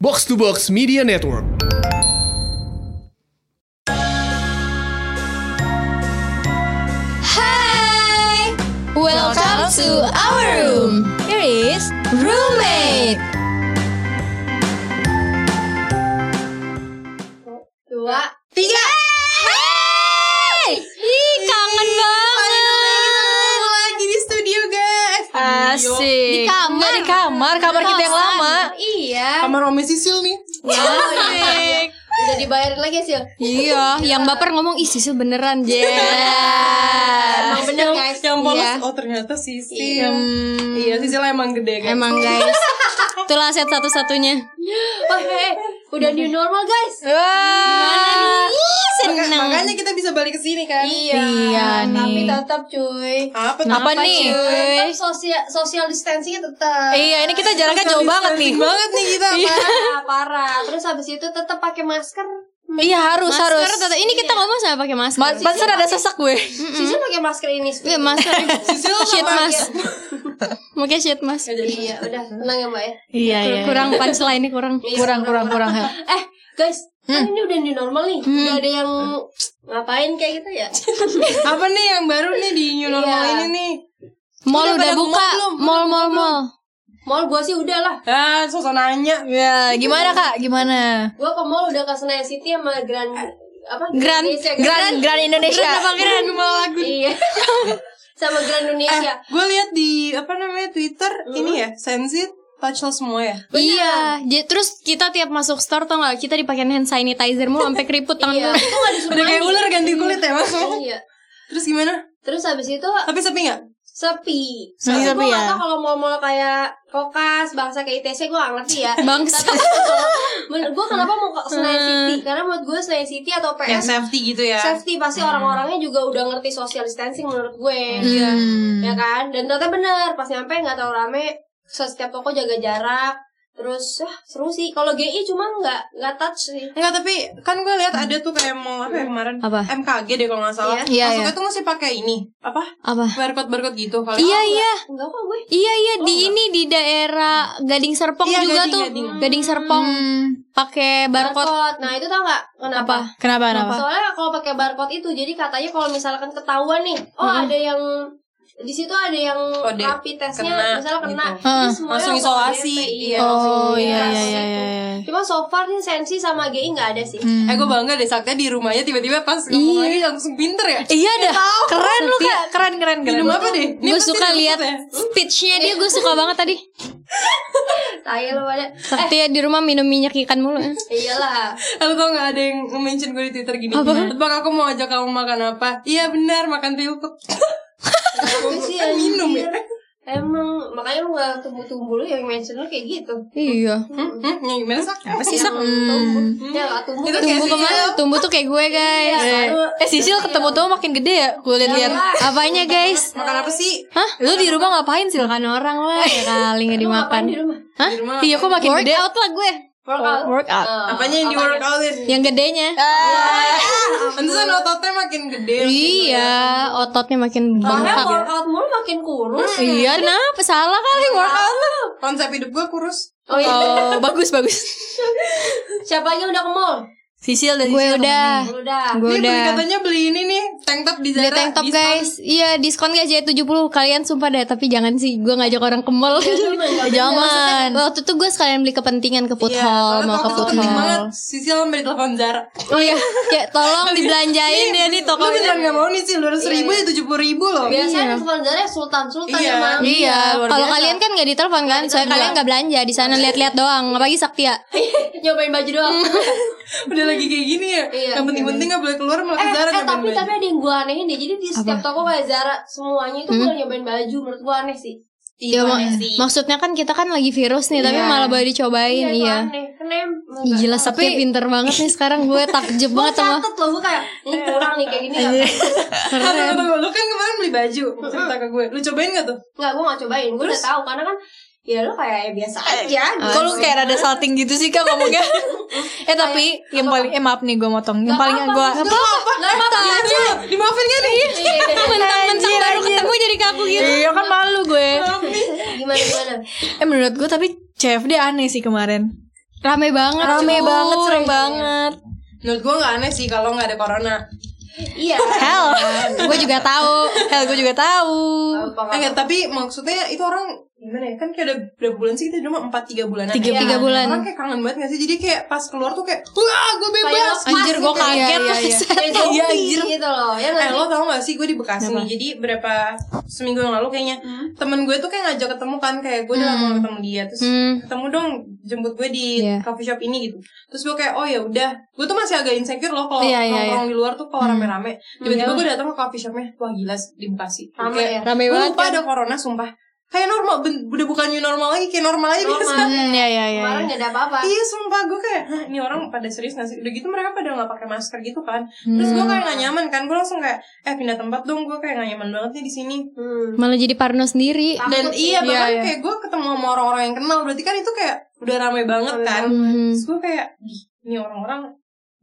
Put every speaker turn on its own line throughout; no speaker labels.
Box to Box Media Network.
Hi! Welcome to our room. Here is roommate. Dua, tiga. Hey! Ih, kangen banget.
lagi di studio guys
Asik. Di kamar. Nggak di kamar, kamar kita yang lama. Iya.
Kamar Mami Sisil nih
Asik.
Udah dibayar lagi sih.
iya, yang baper ngomong isi sebeneran, Jen.
Emang bener guys.
Ah, Yang polos
Iya.
Oh ternyata Sisil
Hmm.
Iya Sisil emang gede guys
Emang guys. Itulah set satu-satunya.
Wah, eh, udah new normal guys.
Wah, Ih,
Maka-
seneng.
Makanya kita bisa balik ke sini kan
Iya
Tapi
nih.
tetap cuy.
Apa tuh?
Apa nih?
Tetap sosial social distancingnya tetap.
Iya, ini kita jaraknya jauh banget nih.
Cantik banget nih kita
Parah, parah. Terus habis itu tetap pakai masker.
Iya harus harus.
tetap- ini kita ngomong sama pakai masker.
Ma- Pantesan ada sesak gue.
Sisil pakai masker ini. Sis.
Iya, masker.
Sisil
Shit
apa?
mas.
Mungkin shit mas.
Iya, udah tenang ya mbak ya.
Iya
Kurang punchline ini kurang.
kurang kurang kurang. Hel.
Eh, guys, kan
Hmm.
ini udah new normal nih. Udah ada yang ngapain kayak gitu ya?
Apa nih yang baru nih di new normal
Iya.
ini nih
Mall
Udah
udah
pada
buka.
ke mall belum?
Mall mall mall.
Mall gua sih udah lah.
Ah, sosok nanya
Iya.
Ya gimana kak? Gimana?
Gua ke mall udah ke Senayan City sama Grand apa?
Grand
Iya,
Indonesia, kan?
Grand Grand Indonesia.
Keren lagu
Iya. sama Grand Indonesia.
Gue Eh, lihat di apa namanya Twitter ini ya Sensit touchless semua ya
Iya. Ja- terus kita tiap masuk store tau gak kita dipakein hand sanitizer mulu sampai keriput tangan
Iya,
iya.
itu gak disuruh
Udah kayak
mandi.
ular ganti kulit ya mas
Iya.
Terus gimana?
Terus habis itu
Tapi sepi gak?
sepi.
Sepi,
Soalnya gue
sepi ya.
gak tau kalau mall-mall kayak Kokas, Bangsa kayak ITC gue gak ngerti ya.
Bangsa.
Tapi gue kenapa mau ke Senayan City? Karena menurut gue Senayan City atau
Yang
PS
safety gitu ya
safety pasti orang-orangnya juga udah ngerti social distancing menurut gue.
Iya.
Ya kan? Dan ternyata bener, pas nyampe gak tau rame, setiap toko jaga jarak. Terus ah, seru sih. Kalau GI cuma nggak nggak touch sih.
Enggak tapi kan gue lihat ada tuh kayak mall apa ya kemarin
Apa?
MKG deh kalau nggak salah.
Iya.
Iya,
Masuknya
iya.
tuh masih pakai ini apa
Apa?
barcode barcode gitu kalau
Iya iya.
Enggak kok gue.
Iya iya di ini di daerah Gading Serpong
Iya,
juga
Gading,
tuh.
Gading.
Gading, Serpong pakai barcode.
Barcode. Nah, itu tau nggak kenapa? Nah,
Kenapa kenapa?
Soalnya kalau pakai barcode itu jadi katanya kalau misalkan ketahuan nih, oh ada yang di situ ada yang
Hmm. Kode
rapi tesnya
kena,
misalnya kena, jadi
gitu.
Heeh.
semuanya
Langsung
langsung
isolasi.
DP, Iya, Eh,
Oh,
langsung
Oh iya
isolasi.
iya iya. iya, Hmm. iya.
Cuma so far nih sensi sama GI nggak ada sih.
Eh gue bangga deh Saktia di rumahnya tiba-tiba pas ngomong lagi langsung pinter ya.
Iya dah. Keren lu kak. Keren keren keren.
Minum apa deh? Ini
Gue
pasti
suka
ada
lihat
foto ya.
speech-nya dia gue suka banget tadi.
Tai lo pada.
Sakti ya di rumah minum minyak ikan mulu. ya.
Iyalah.
Lo tau gak ada yang mention gue di Twitter gini Bang aku mau ajak kamu makan apa Iya benar makan tilpuk
Tapi sih anjir.
Minum ya?
Emang makanya lu nggak tumbuh-tumbuh lu yang mention lu kayak gitu.
Iya.
hmm, hmm, Yang gimana sak? Apa sih
Yang tumbuh. Ya nggak tumbuh.
Itu kayak
Tumbuh
Sisil.
kemana? Tumbuh tuh kayak
Iya,
gue guys.
Eh, eh Sisil ketemu tuh makin gede ya gue
Iya,
lihat-lihat.
Apanya guys?
Makan apa sih?
Hah?
Lu di rumah ngapain Sil?
Makan orang lah ya kali nggak
Lu
dimakan.
ngapain di rumah.
Hah?
Di rumah
Iya kok makin gede.
Workout lah gue.
Workout. Eh,
Workout.
Oh. Apanya yang di workoutin?
Yang gedenya.
Pantesan ototnya makin gede
iya, ototnya makin
Makanya
bengkak.
workout mulu makin kurus.
Hmm.
Iya, kenapa? Salah kali workout.
Konsep hidup gue kurus
Oh iya.
Oh, bagus bagus.
Siapa aja udah ke mall?
Sisil dan
Gue
Sisil
udah,
Lu udah.
gue
Ini beli
udah.
katanya beli ini nih Tank top di Zara
Beli tank top
diskon.
guys Iya diskon guys jadi 70 Kalian sumpah deh Tapi jangan sih Gue ngajak orang ke mall Jangan Iya, Waktu itu gue sekalian beli kepentingan ke food
Iya,
hall
soalnya
Mau
waktu
ke
itu
food
penting banget
hall
Sisil beli telepon Zara
Oh iya Kayak tolong dibelanjain ya nih
Lu
toko
beneran gak mau nih sih 200 ribu ya 70 ribu loh
Biasanya telepon Zara ya, sultan-sultan
Iya.
emang.
Iya,
luar
kalau
biasa.
kalian kan nggak ditelepon kan, soalnya kalian nggak belanja di sana lihat-lihat doang. Apalagi Saktia.
Iya,
Nyobain baju doang.
Hmm. Udah lagi kayak gini ya
Iya.
Yang penting-penting gak boleh keluar malah
eh,
ke Zara
eh
nyobain
tapi
baju.
tapi ada yang gue anehin deh. Jadi di setiap toko kayak Zara semuanya itu
Hmm.
bukan nyobain baju menurut gue aneh sih.
Iya, mak- maksudnya kan kita kan lagi virus nih, tapi
Iya.
malah boleh dicobain,
itu
iya.
aneh. Karena emang
Ih,
nggak-
Gila, Saktia pinter banget nih sekarang gue takjub
Gue
banget sama
catet loh, gue kayak "Hmm, kurang nih kayak gini nggak-
Tunggu, tunggu, tunggu. Lu kan kemarin beli baju Cerita ke gue Lu cobain gak tuh?
nggak gue nggak cobain gue udah tahu karena kan ya lo kayak ya biasa aja gitu.
Kok lu kayak rada salting gitu sih kak ngomongnya? eh tapi yang paling eh maaf nih gue motong. Yang paling gue
apa
Iya, Dimaafin gak nih?
mentang-mentang baru ketemu jadi kaku gitu.
Iya kan malu gue.
gimana gimana
Eh menurut gue tapi CFD aneh sih kemarin.
Rame banget
Rame
cuy.
banget, serem banget.
Menurut gue nggak aneh sih kalau nggak ada corona.
Iya.
Hell,
Gue juga tahu
hell gue juga tahu.
Eh, nggak, tapi maksudnya itu orang gimana ya? Kan kayak udah berapa bulan sih kita di rumah empat tiga bulanan.
Tiga-
ya?
tiga bulan.
Orang kayak kangen banget nggak sih? Jadi kayak pas keluar tuh kayak wah gue bebas.
Anjir gue kaget
Iya, iya,
Iya, gitu loh. Ya
Iya.
Eh
nggak sih?
lo tau gak sih gue di Bekasi nih Jadi berapa seminggu yang lalu kayaknya
Hmm.
Temen gue tuh kayak ngajak ketemu kan Kayak gue udah lama gak ketemu dia Terus
Hmm.
ketemu dong jemput gue di
Iya.
coffee shop ini gitu Terus gue kayak oh ya udah Gue tuh masih agak insecure loh Kalau
Iya, Hmm, ya iya,
nongkrong di luar tuh kalau rame-rame Tiba-tiba gue datang ke coffee shopnya Wah gila di Bekasi
Rame
Kayak,
ya?
Rame
"Gue
banget
lupa ada corona sumpah Kayak normal ben- Udah bukan new normal lagi Kayak normal aja biasa
Normal.
Hmm, ya ya ya.
Kemarin
ya.
nggak ada apa-apa.
Iya sumpah gue kayak Hah, ini orang pada serius gak sih Udah gitu mereka pada gak pakai masker gitu kan Terus gue kayak gak nyaman kan Gue langsung kayak Eh pindah tempat dong Gue kayak gak nyaman banget nih di sini
Hmm.
ya. Malah jadi parno sendiri.
Dan
Takut sih.
iya bahkan
Iya, iya.
kayak gue ketemu sama orang-orang yang kenal Berarti kan itu kayak udah rame banget kan
Hmm.
Terus gue kayak "Ih, Ini orang-orang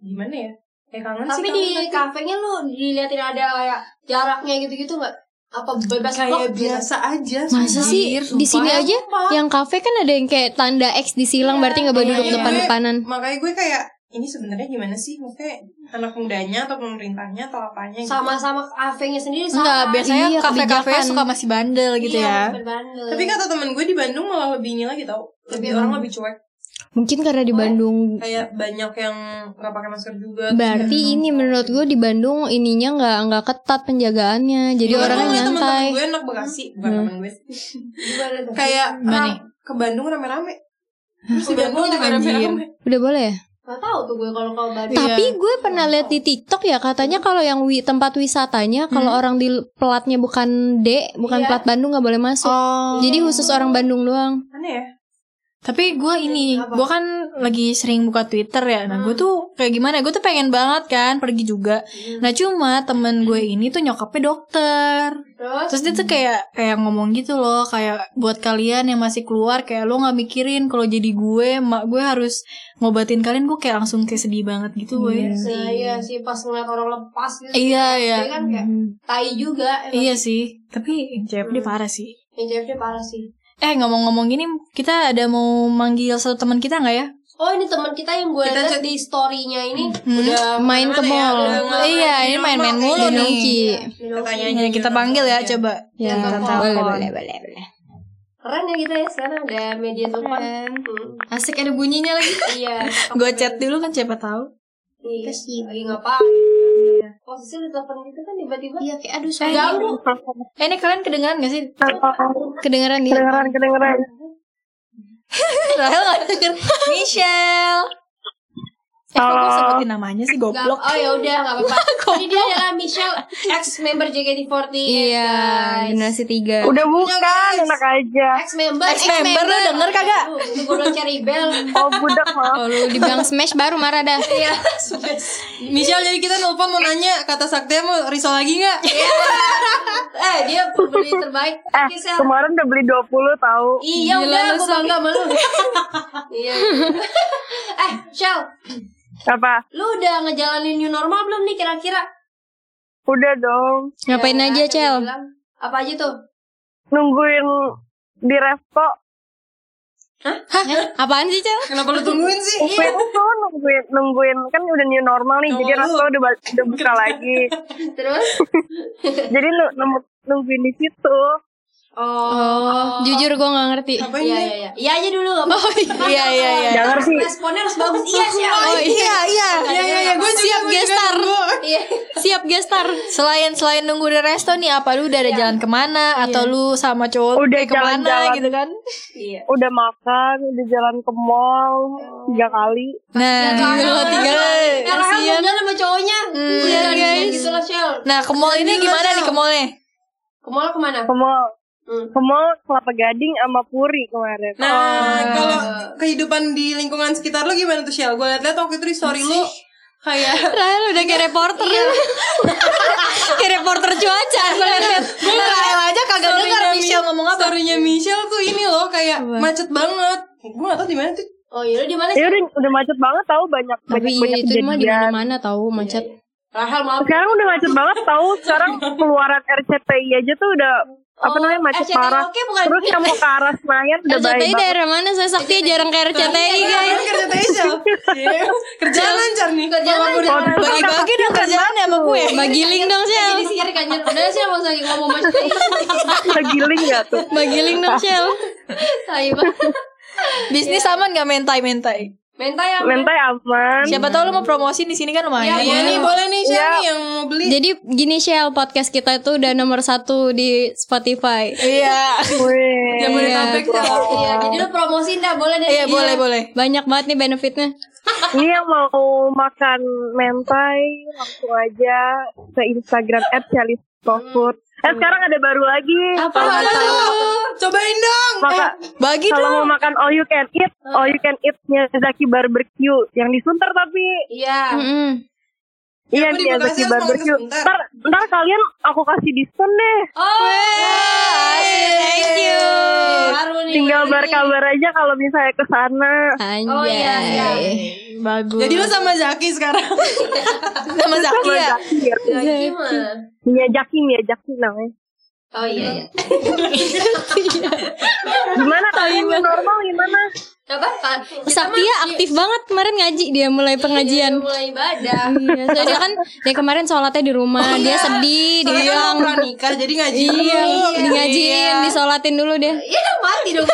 gimana ya Kayak kangen sih
Tapi
kangen,
di
tapi
kafenya lu diliatin ada kayak jaraknya gitu-gitu nggak? Apa bebas
Kayak
blok gitu?
biasa aja
Masa
sumpah. ya,
sih di sini aja yang kafe kan ada yang kayak tanda X disilang berarti nggak boleh
iya,
duduk
iya.
depan-depanan.
Makanya gue kayak Ini sebenarnya gimana sih Maksudnya anak mudanya atau pemerintahnya atau apanya gitu
Sama-sama kafenya sendiri sama. Iya,
Enggak, biasanya
Iya,
kafe-kafe
kebijakan.
suka masih bandel gitu ya.
Tapi kata temen gue di Bandung malah lebih ini lagi tau Lebih orang lebih cuek
Mungkin karena di Bandung
Kayak banyak yang nggak pakai masker juga
berarti ini menurut gue di Bandung ininya nggak nggak ketat penjagaannya. Jadi
Jadi orang
orangnya nyantai.
Temen gue anak Bekasi Bukan temen gue
gimana tuh?
Kayak
Gimana
ram-
nih?
ke Bandung rame-rame Terus di
Udah
Bandung
boleh,
juga rame-rame
Udah boleh ya?
Gak tau tuh gue kalau kalau babi.
Tapi gue pernah lihat di TikTok ya katanya kalau yang wi- tempat wisatanya kalau orang di pelatnya bukan D, bukan
Iya.
plat Bandung nggak boleh masuk.
Oh.
Jadi khusus orang Bandung doang.
Aneh ya
Iya,
Tapi gue ini,
Apa?
gue kan lagi sering buka Twitter ya. Nah, gue
Hmm.
tuh kayak gimana? Gue tuh pengen banget kan pergi juga.
Iya.
Nah, cuma temen gue ini tuh nyokapnya dokter.
Terus
Terus dia tuh kayak kayak ngomong gitu loh, kayak buat kalian yang masih keluar kayak lo nggak mikirin kalau jadi gue, mak gue harus ngobatin kalian. Gue kayak langsung kayak sedih banget gitu, gue.
Nah, iya sih pas ngeliat orang lepas gitu.
Iya, iya.
Dia kan kayak tai juga. emang.
Iya sih, tapi CFD
Hmm.
parah sih.
Yang CFD parah sih.
Eh ngomong-ngomong gini, kita ada mau manggil satu teman kita nggak ya?
Oh ini teman kita yang gue
Kita
liat di story-nya ini.
Udah
Main ke
kemana-mana ya,
mall.
udah ngalamin
Iya, ini
di
main-main
mall,
mulu
kayak
nih.
Nongki.
Katanya
Ya, kita panggil ya coba.
Ya,
Yang
boleh,
telepon.
boleh, boleh, boleh.
Keren ya kita ya sekarang ada media telepon. Hmm.
Asik ada bunyinya lagi.
Iya.
Gue chat dulu kan siapa tahu.
Iya. Lagi ngapain? Iya. Posisi di telepon gitu kan tiba-tiba. Iya kayak aduh
Eh,
jauh.
Eh ini kalian kedengeran gak sih? ya?
Kedengeran nih.
Rahel gak denger. Michelle. Eh kok gue sebutin namanya sih
Nggak-
goblok.
oh ya udah nggak apa-apa. Jadi dia adalah Michelle ex member JKT48.
Iya,
guys.
generasi tiga.
Udah bukan, enak
Iya.
aja.
Ex member.
Ex-member, lu denger kagak?
Itu gue udah cari bel.
Oh budak maaf.
Kalau dibilang smash baru marah dah.
Iya.
Michelle jadi kita nelpon mau nanya Kata Saktia mau risol lagi gak?
Eh dia pembeli terbaik.
Eh,
Oke, Sel.
kemarin udah beli 20 tahu.
Iya udah aku bangga sama lu. Iya. eh, Shell,
Apa?
lu udah ngejalanin new normal belum nih kira-kira?
Udah dong.
Ngapain
Ya,
aja,
dia
Cel?
bilang. Apa aja tuh?
Nungguin di resto.
Hah? Apaan sih, Cel?
Kenapa lu tungguin sih?
Gue itu nungguin, nungguin kan udah new normal nih, jadi resto udah, bal- udah buka lagi.
Terus?
Jadi nu- nemu- nungguin di situ.
Oh.
Jujur gue nggak ngerti.
Apa
Iya, iya, iya. Iya aja dulu enggak apa-apa.
Iya iya iya.
Gak ngerti.
Responnya harus bagus. Iya, Shell.
Oh iya iya.
Iya, iya, iya.
Gue siap gestar.
Iya.
Siap gestar.
Selain selain nunggu di resto nih apa lu udah ada jalan kemana atau lu sama cowok lu
Udah
kayak kemana
jalan-jalan.
gitu kan?
Iya.
Udah makan, udah jalan ke mall tiga kali.
Nah, gitu loh, tiga.
Eh, Rahel
Kasian.
jalan sama cowoknya. Udah guys. Gitu lah, Shell.
Nah, ke mall ini gimana nih ke mallnya?
Ke mall kemana?
Ke mall,
Hmm.
ke mall Kelapa Gading sama Puri kemarin.
Nah, kalau kehidupan di lingkungan sekitar lu gimana tuh, Shell? Gue liat-liat waktu itu di story lu kayak
Rahel udah kayak reporter. Iya. kayak reporter cuaca.
Rahel aja kagak
Story-nya
dengar
Mi-
Michelle ngomong apa.
Story-nya Michelle tuh ini loh kayak macet banget. Gue gak tau di mana tuh.
Oh, iya lu di mana?
Ya udah, udah macet banget tahu banyak
Tapi
banyak
iya,
banyak
itu mah di
kejadian.
mana-mana tahu macet.
Rahel maaf.
sekarang udah macet banget tahu sekarang keluaran RCTI aja tuh udah apa
Oh,
namanya macet
RCTI
parah
oke bukan?
terus yang mau ke arah Senayan udah baik
RCTI
banget
daerah mana? Saya sakti jarang ke RCTI guys.
Kan kerja Kerjaan lancar nih.
Kerjaan
Kalau aku
lancar.
udah-
Bagi-bagi dong kerjaan ya sama gue.
Bagi link dong, Shell.
Jadi sihir kan Jen. Udah sih mau lagi ngomong macam ini.
Lagi link gak tuh?
Bagi link dong, Shell.
Tai banget.
Bisnis aman gak mentai-mentai?
Mentai ya.
Mentai aman.
Siapa tahu lu mau promosi di sini kan lumayan.
Iya nih boleh nih Shell nih yang mau beli.
Jadi gini, Shell, podcast kita itu udah nomor satu di Spotify.
Eh,
Iya.
Wih.
Jabodetabek Shell.
Iya, jadi lu promosi enggak boleh deh.
Iya, boleh boleh.
Banyak banget nih benefitnya.
Ini yang iya, mau makan mentai langsung aja ke Instagram @chalistofood.
Hmm.
Eh sekarang ada baru lagi.
Apa?
Cobain dong. Eh,
Maka
gitu
Bagi
kalau
dong.
mau makan all you can eat,
Hmm.
all you can eat Miyazaki Barbecue yang di Sunter tapi
Iya.
Mm-mm.
iya
aku di Bekasi harus makan
Miyazaki
ke
Barbecue.
Sunter. Iya,
Ntar, ntar kalian aku kasih diskon deh.
Oh, asik.
Thank you.
Baru nih.
iya,
Tinggal
baru nih.
berkabar aja kalau misalnya ke sana.
Anjay.
Oh iya, iya.
Bagus.
Jadi lu sama Zaki sekarang.
sama
Iya.
Zaki ya.
Zaki mah.
Miyazaki, Miyazaki iya, namanya.
Oh iya iya.
Gimana
Iya.
kalian new normal gimana?
Apa? Ka- kita Iya,
Saptia aktif banget kemarin ngaji dia mulai pengajian.
mulai ibadah.
Iya, soalnya dia kan dia kemarin sholatnya di rumah,
Oh,
dia
iya.
sedih,
Soalnya kan
dibilang
mau pranikah jadi ngaji.
iya, di ngajiin, disolatin dulu deh.
Iya dong mati dong.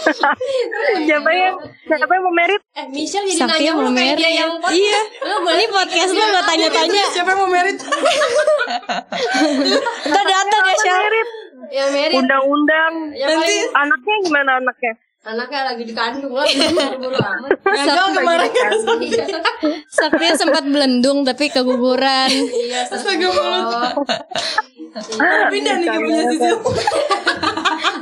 Siapa yang siapa yang mau merit?
eh Michelle jadi
Saptia
nanya mulu
belum
kayak dia
married.
yang pot.
Iya.
Lu boleh
Ini podcast lu lo tanya-tanya.
Siapa yang mau merit?
iya.
Kita datang ya, Syah.
Merit.
yang merit.
Undang-undang.
Yang paling
Anaknya gimana anaknya?
anaknya lagi dikandung lah buru-buru amat.
Gagal kemarin kan.
Iya.
Saptia sempat belendung tapi keguguran.
Iya.
Astaga mulut. Pindah nih dia punya sisil.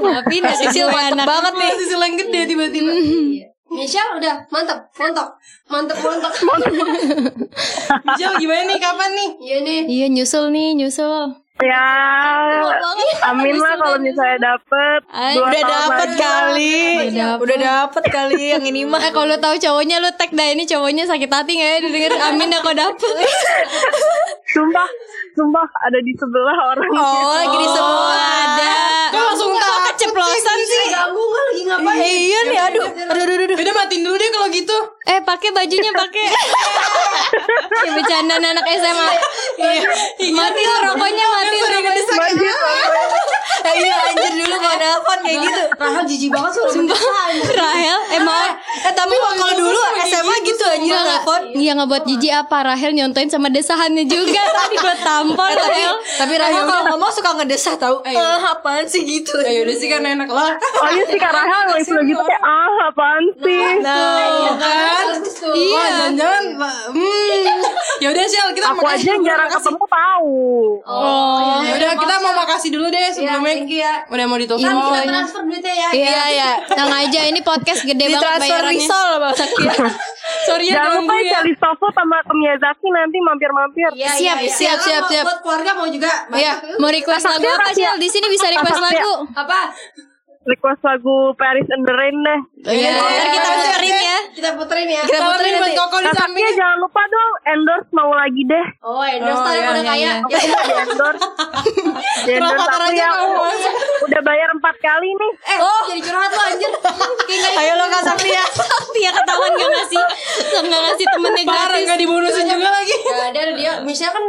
tapi nggak kecil anak banget
Punya sisil yang gede tiba-tiba.
Michelle udah mantap, mantap, mantap, mantap.
Michelle gimana nih? Kapan nih?
Iya nih.
Iya nyusul nih, nyusul.
Ya, amin lah kalau misalnya dapet.
Ay,
Dua
Udah
tahun
dapet
lagi.
kali. Udah dapet kali yang ini mah.
Eh kalau lu tahu cowoknya lu tag dah ini cowoknya sakit hati nggak ya denger amin dah kau dapet.
Sumpah, sumpah ada di sebelah orang.
Oh, lagi di semua ada.
Kok langsung
Kok
takut Eh,
keceplosan sih?
Ganggu gue lagi ngapain?
Iya nih, aduh. Aduh, aduh, aduh.
Udah matiin dulu deh kalau gitu.
Eh pakai bajunya pakai. Ya, Bercandaan anak SMA. Mati lo rokoknya mati lo rokoknya.
Eh, Iya, anjir dulu kalau nelfon kayak gitu.
Rahel jijik banget suara pencerahan.
Rahel emang
Eh, tapi kalau dulu SMA gitu anjir nelfon.
Iya nggak buat jijik apa Rahel nyontoin sama desahannya juga tadi buat tampol Rahel.
Tapi Rahel kalau ngomong suka ngedesah tau. Eh, apaan sih gitu?
Ya udah sih karena enak lah.
Oh iya sih Kak Rahel kalau istilah gitu kayak ah apaan sih?
Nah,
Kan?
Iya.
Wah, jangan-jangan. Hmm. Ya udah Shell,
nah,
kita
Aku aja yang jarang ketemu tahu.
Oh.
Ya udah kita mau makasih dulu deh sebelumnya.
thank you ya.
Udah mau ditutup.
Oh,
Kan kita transfer duitnya ya.
Iya iya. Tenang aja ini podcast gede
di
banget
transfer
bayarannya.
risol Bang.
Sorry ya
Jangan lupa
ganggu ya.
cari Sofo sama ke Miyazaki nanti mampir-mampir.
Iya,
Siap,
iya, iya.
siap,
Kalau
siap, siap.
Buat keluarga mau juga.
Iya.
Mau request lagu apa sih? Di sini bisa request
Tasaknya.
lagu.
Apa?
Request lagu Paris and the Rain deh.
Iya. Ntar kita puterin ya.
Eh, Kita puterin ya.
Kita puterin
buat
nanti.
Koko di
Kakaknya
samping.
Ya, jangan lupa dong endorse mau lagi deh.
Oh, endorse tadi
iya,
pada
iya,
kaya.
Oke, di endorse. Di endorse
Kotor
aku ya. Oh.
aja
yang
mau masuk.
udah bayar empat kali nih.
Eh, oh. jadi curhat lo anjir. Kayak
Ayo lo Kak Safia.
Iya ketahuan gak ngasih Gak ngasih temennya
Parah
gratis
nggak dibonusin juga lagi.
enggak ada dia. Michelle kan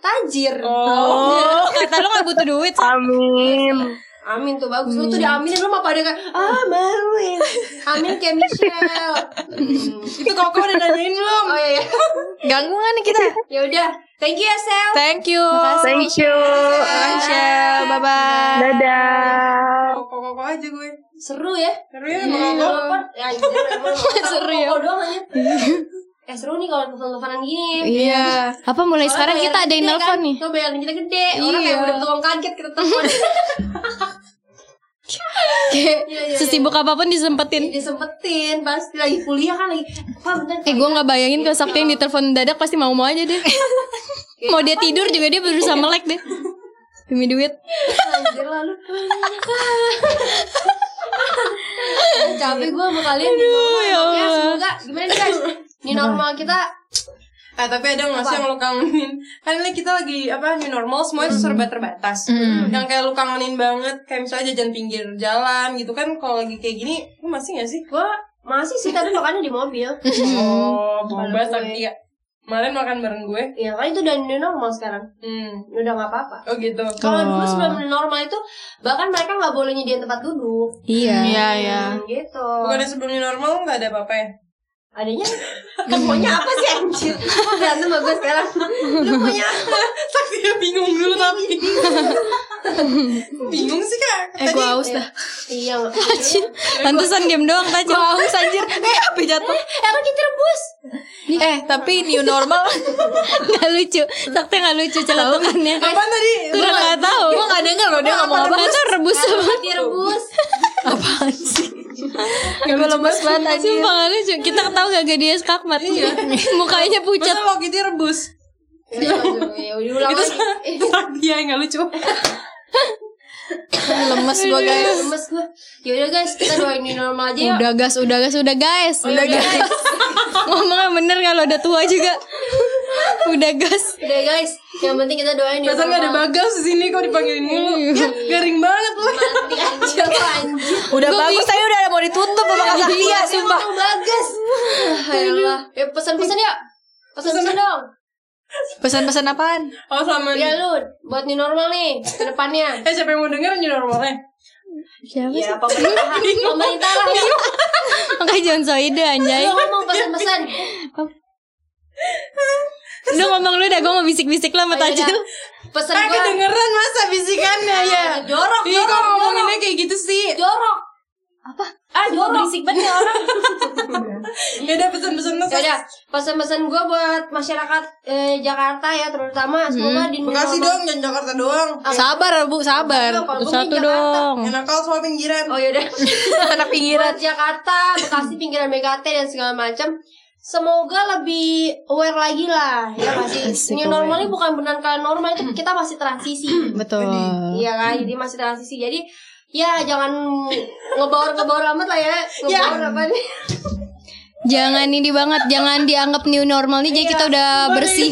tajir.
Oh Kata lo gak butuh duit Sat.
Amin.
Amin tuh bagus. Lu tuh diaminin lu mah pada kayak ah malu ya. Amin kayak Michelle. Hmm.
Itu Koko udah nanyain belum?
Oh iya, iya.
Ganggu gak nih kita?
Ya udah. Thank you ya, Sel.
Thank you.
Thank you.
Michelle. Bye-bye.
Dadah.
Koko-koko aja gue.
Seru ya.
Seru ya sama Koko.
Ya, anjir, emang.
Iya. Seru ya.
Oh, doang aja. Eh seru nih kalau telepon-teleponan gini.
Iya.
Apa mulai sekarang kita ada yang nelfon nih Iya.
Tuh bayaran kita gede. Orang kayak udah tukang kaget kita telepon. Iya,
Kayak Sesibuk apapun disempetin
Disempetin pasti lagi kuliah kan lagi. Apa bentar?
Eh gue gak bayangin kalau Sakti yang ditelepon dadak pasti mau-mau aja deh Mau dia tidur juga dia berusaha melek deh Demi duit
Anjir lalu. Capek gue sama kalian. ya Semoga gimana nih guys? Ini normal kita
Eh tapi ada nggak sih yang lo kangenin? Kan ini kita lagi apa new normal semuanya
Hmm.
serba terbatas. Yang kayak lo kangenin banget kayak misalnya jajan pinggir jalan gitu kan kalau lagi kayak gini lo masih nggak sih?
gue Masih sih tapi makannya di mobil.
Oh,
Kepala
boba
gue.
tapi ya. Kemarin makan bareng gue.
Iya kan itu udah new normal sekarang.
Hmm.
Udah nggak apa-apa.
Oh gitu.
Kalau dulu
Oh.
sebelum new normal itu bahkan mereka nggak boleh nyediain tempat duduk.
Iya.
Iya, iya.
Hmm, gitu.
Bukannya sebelumnya normal nggak ada apa-apa ya?
Adanya kan maunya apa sih anjir? Kok berantem sama gue sekarang? Lu maunya apa?
Saksinya Ya, bingung dulu tapi. bingung sih kak.
Eh gue aus dah.
Iya.
Pantesan diem doang tadi.
Gue aus anjir. Eh apa jatuh?
Eh apa kita rebus?
Eh tapi new normal.
Gak lucu. Sakti gak lucu celatukannya.
Apaan tadi?
Gue gak tau.
Gue gak denger loh dia ngomong apa.
Gak tau rebus apa.
Apa direbus?
Apaan sih? Gue lemes banget aja. Sumpah gak lucu. Kita tau gak gak dia skakmat. Mukanya pucat.
Masa waktu itu rebus?
Ya udah ulang
Itu
lagi. Eh,
dia yang Iya, nggak lucu.
Lemes gue guys.
Lemes gue. Ya udah guys, kita doain new normal aja yuk.
Udah gas, udah gas, udah guys.
Udah guys.
Ngomongnya bener kalau udah tua juga. Udah gas.
Udah guys, yang penting kita doain new
Masa nggak ada bagas di sini kok dipanggilin mulu? Ya, garing banget lu.
Mati aja lo anjir.
Udah bagus saya udah mau ditutup sama
Iya,
Kak
Iya,
Saktia sumpah.
Emang bagus. Ah, ya Allah. Ya pesan-pesan ya. Pesan-pesan dong.
Pesan-pesan apaan?
Oh
Ya
selama
Iya,
ini.
lu buat new normal nih ke depannya.
Eh siapa yang mau denger new normalnya?
Siapa
Ya pemerintah, pemerintah lah ya.
Makanya jangan soide anjay.
Lu ngomong pesan-pesan.
iya. Lu ngomong lu dah, gue mau bisik-bisik lah sama
Oh, iya
Tajil.
dah. Pesan
Eh
gua
kedengeran masa bisikannya ya?
Jorok,
Ih kok
jorok,
ngomonginnya kayak gitu sih?
jorok. Apa? Ah, jorok. Berisik banget ya orang.
Ya udah pesan-pesan lu.
Ya udah, pesan-pesan gua buat masyarakat eh, Jakarta ya terutama
Hmm.
semoga di new
Bekasi
normal-
dong, jangan Jakarta doang.
Sabar Bu, sabar.
Kalau gua main
Satu
Jakarta.
dong.
Yang nakal semua pinggiran.
Oh yaudah
Anak pinggiran.
Buat Jakarta, Bekasi, pinggiran BKT dan segala macam Semoga lebih aware lagi lah Ya gak sih?
Asik, Hmm.
New normal ini bukan benar kalian normal Itu kita masih transisi
Betul.
Iya kan? Jadi masih transisi Jadi ya jangan ngebaur-ngebaur amat lah ya Ngebaur apa nih?
Jangan ini banget, jangan dianggap new normal nih. Jadi kita udah bersih,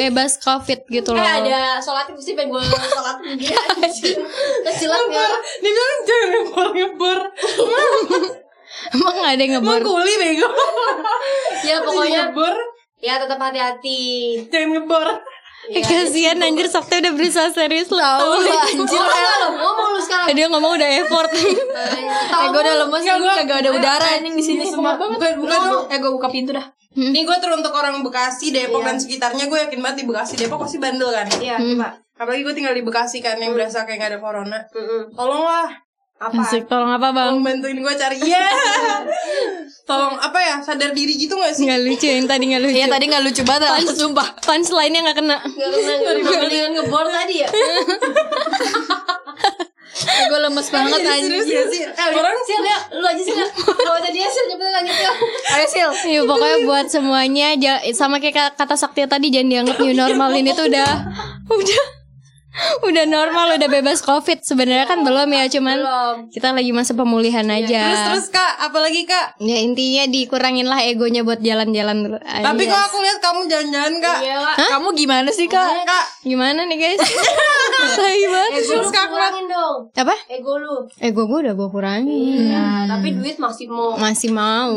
bebas covid gitu loh.
Eh ada sholat itu sih pengen gue sholat begini anjir. Kecilan ya
Dia bilang jangan ngebor-ngebor.
Emang gak ada yang ngebor.
Emang kuli bego.
Ya pokoknya
ngebor,
ya tetap hati-hati
jangan ngebor.
Eh, Kasihan anjir Sabtu udah berusaha serius loh.
Anjir lo ngomong lu sekarang
Dia ngomong udah effort.
Eh
Gue udah lemes ini kagak ada udara anjing di
Iya,
sini semua.
Bukan, bukan.
Eh gue buka pintu dah.
Ini gue teruntuk orang Bekasi, Depok
Iya.
dan sekitarnya gue yakin banget di Bekasi, Depok pasti bandel kan.
Iya, coba
Apalagi gue tinggal di Bekasi kan yang berasa kayak gak ada corona.
Mm-mm.
Tolonglah
Apa?
Asik, tolong apa bang?
tolong bantuin gue cari. Iya. Tolong apa ya sadar diri gitu gak sih?
Gak lucu yang tadi gak lucu.
Iya tadi gak lucu banget ah, sumpah.
Punchline-nya gak kena.
Gak kena mendingan ngebor tadi ya.
Gue lemes banget
Iya,
anjing.
Serius gak sih? Eh, orang
Sil ya, lu aja sih ya. Kalau tadi ya sih cepetan lanjut ya.
Ayo Sil.
Iya pokoknya buat semuanya ja- sama kayak kata Sakti tadi jangan dianggap new normal ini tuh udah udah udah normal udah bebas covid sebenarnya kan belum ya cuman kita lagi masa pemulihan aja
terus terus kak, apalagi kak.
ya intinya dikurangin lah egonya buat jalan-jalan dulu. Ah,
Tapi
iya.
kok aku lihat kamu jalan-jalan kak. Iya,
Iya lah.
Kamu gimana sih Kak?
Kak,
gimana nih guys Tai banget.
Ego Eh, lu kurangin dong.
apa
Ego lu.
ego gue udah gue kurangin
Iya, tapi duit masih mau.
masih mau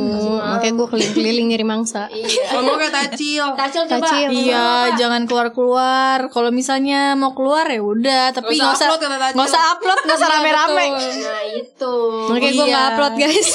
makanya gue keliling-keliling nyari mangsa
Iya.
ngomong kayak tacil.
Kacil coba.
Kacil.
Iya, jangan keluar-keluar. Kalau misalnya mau keluar ya udah,
Nggak
tapi nggak
usah
usah
upload, kata Tacil.
nggak usah upload, nggak usah rame-rame.
Iya.
Nah, itu.
makanya gue
Iya.
nggak upload guys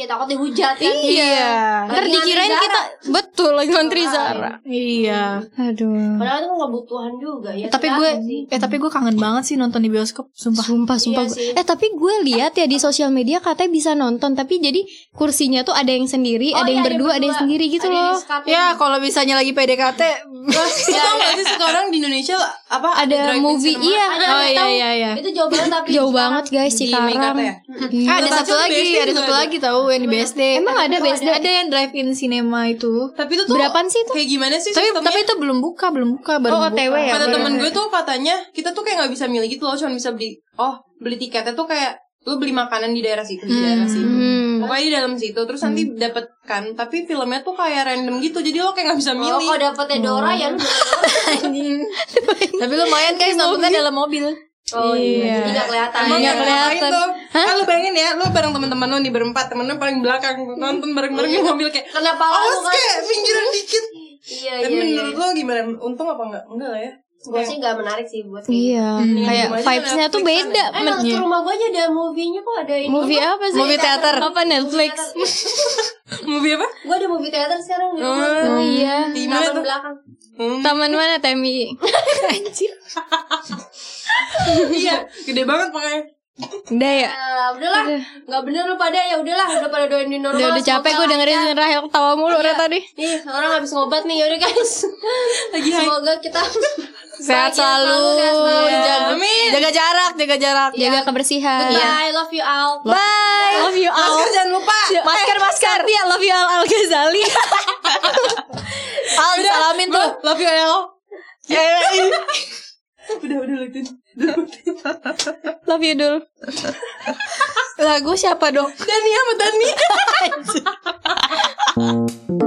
Iya, takut dihujat kan.
Iya.
Ntar
Lagi
dikirain
ngantri
kita betul lagi ngantri Zara.
Iya.
Aduh.
Padahal itu kebutuhan juga ya.
Tapi gue
tergantung sih.
eh tapi gue kangen banget sih nonton di bioskop, sumpah.
Sumpah, sumpah.
Iya
gue-
sih.
eh tapi gue lihat ya di sosial media katanya bisa nonton, tapi jadi kursinya tuh ada yang sendiri,
Oh,
ada
iya,
yang berdua, ada yang sendiri gitu
Ada yang
loh.
disekatin.
Ya, kalau misalnya lagi PDKT
Lu
Iya,
tau gak sih sekarang di Indonesia apa
Ada
drive-in
movie,
cinema?
iya.
Ada, ada,
Oh iya
Nah, tahu.
iya iya.
Itu jauh banget tapi
Jauh
sekarang.
banget guys
Di Mekarta
Cikarang.
ya?
Iya.
Ah, ada
Kata
satu
Cil
lagi,
BSD
ada
juga
satu
ada.
lagi tahu yang di BSD.
Emang ada BSD?
Ada yang drive-in cinema itu.
Tapi itu tuh
Berapaan sih itu?
kayak gimana sih
Tapi
sistemnya?
tapi itu belum buka, belum buka baru
Oh,
buka.
OTW ya?
Kata
baru-
temen gue tuh katanya kita tuh kayak nggak bisa milih gitu loh, cuma bisa beli. Oh, beli tiketnya tuh kayak lu beli makanan di daerah situ, di daerah situ.
Hmm.
Pokoknya di dalam situ, terus nanti
Hmm.
dapet kan. Tapi filmnya tuh kayak random gitu, jadi lo kayak nggak bisa
Oh,
milih.
kalau dapetnya Dora ya lu
Anjing. Tapi lumayan guys, nontonnya dalam mobil.
Oh
Iya.
iya. Jadi nggak kelihatan.
Emang
Iya.
nggak kelihatan.
Tuh. Kan lu bayangin ya, lu bareng teman-teman lu nih berempat, temen lu paling belakang nonton bareng-bareng di mobil kayak
Iya. Kena pala
awas
lu kan.
kayak pinggiran dikit.
Iya
Tapi
iya.
menurut lu gimana? Untung apa enggak? Enggak lah ya.
Gue sih nggak menarik sih buat kayak-
Iya,
Hmm.
kayak
Gimana
vibes-nya tuh
Netflix
beda.
Eh,
Men-
malah ke rumah gue aja ada movie-nya kok ada ini.
movie apa sih?
Movie theater.
Apa Netflix?
Movie apa?
Gue ada movie theater sekarang di rumah.
Oh iya.
Di mana
Taman
tuh?
belakang.
Hmm.
Taman mana Temi?
Iya, gede banget makanya.
Udah ya.
Eh, udahlah, nggak bener lu pada ya udahlah, udah pada doain di normal.
Udah udah capek gue dengerin Rahel ketawa mulu udah tadi.
Nih, orang habis ngobat nih, yaudah guys. Lagi Semoga kita
Sehat
bahagia guys, selalu dijaga.
jaga jarak, jaga jarak,
Iya.
jaga kebersihan.
Bye, I love you all.
Bye. Love you all.
Masker jangan lupa.
Masker, masker. Iya, love you all Al Ghazali. al salamin tuh.
Love you El.
Eh,
Udah udah lucu.
love you dul. Lagu siapa dong?
Dani sama Dani.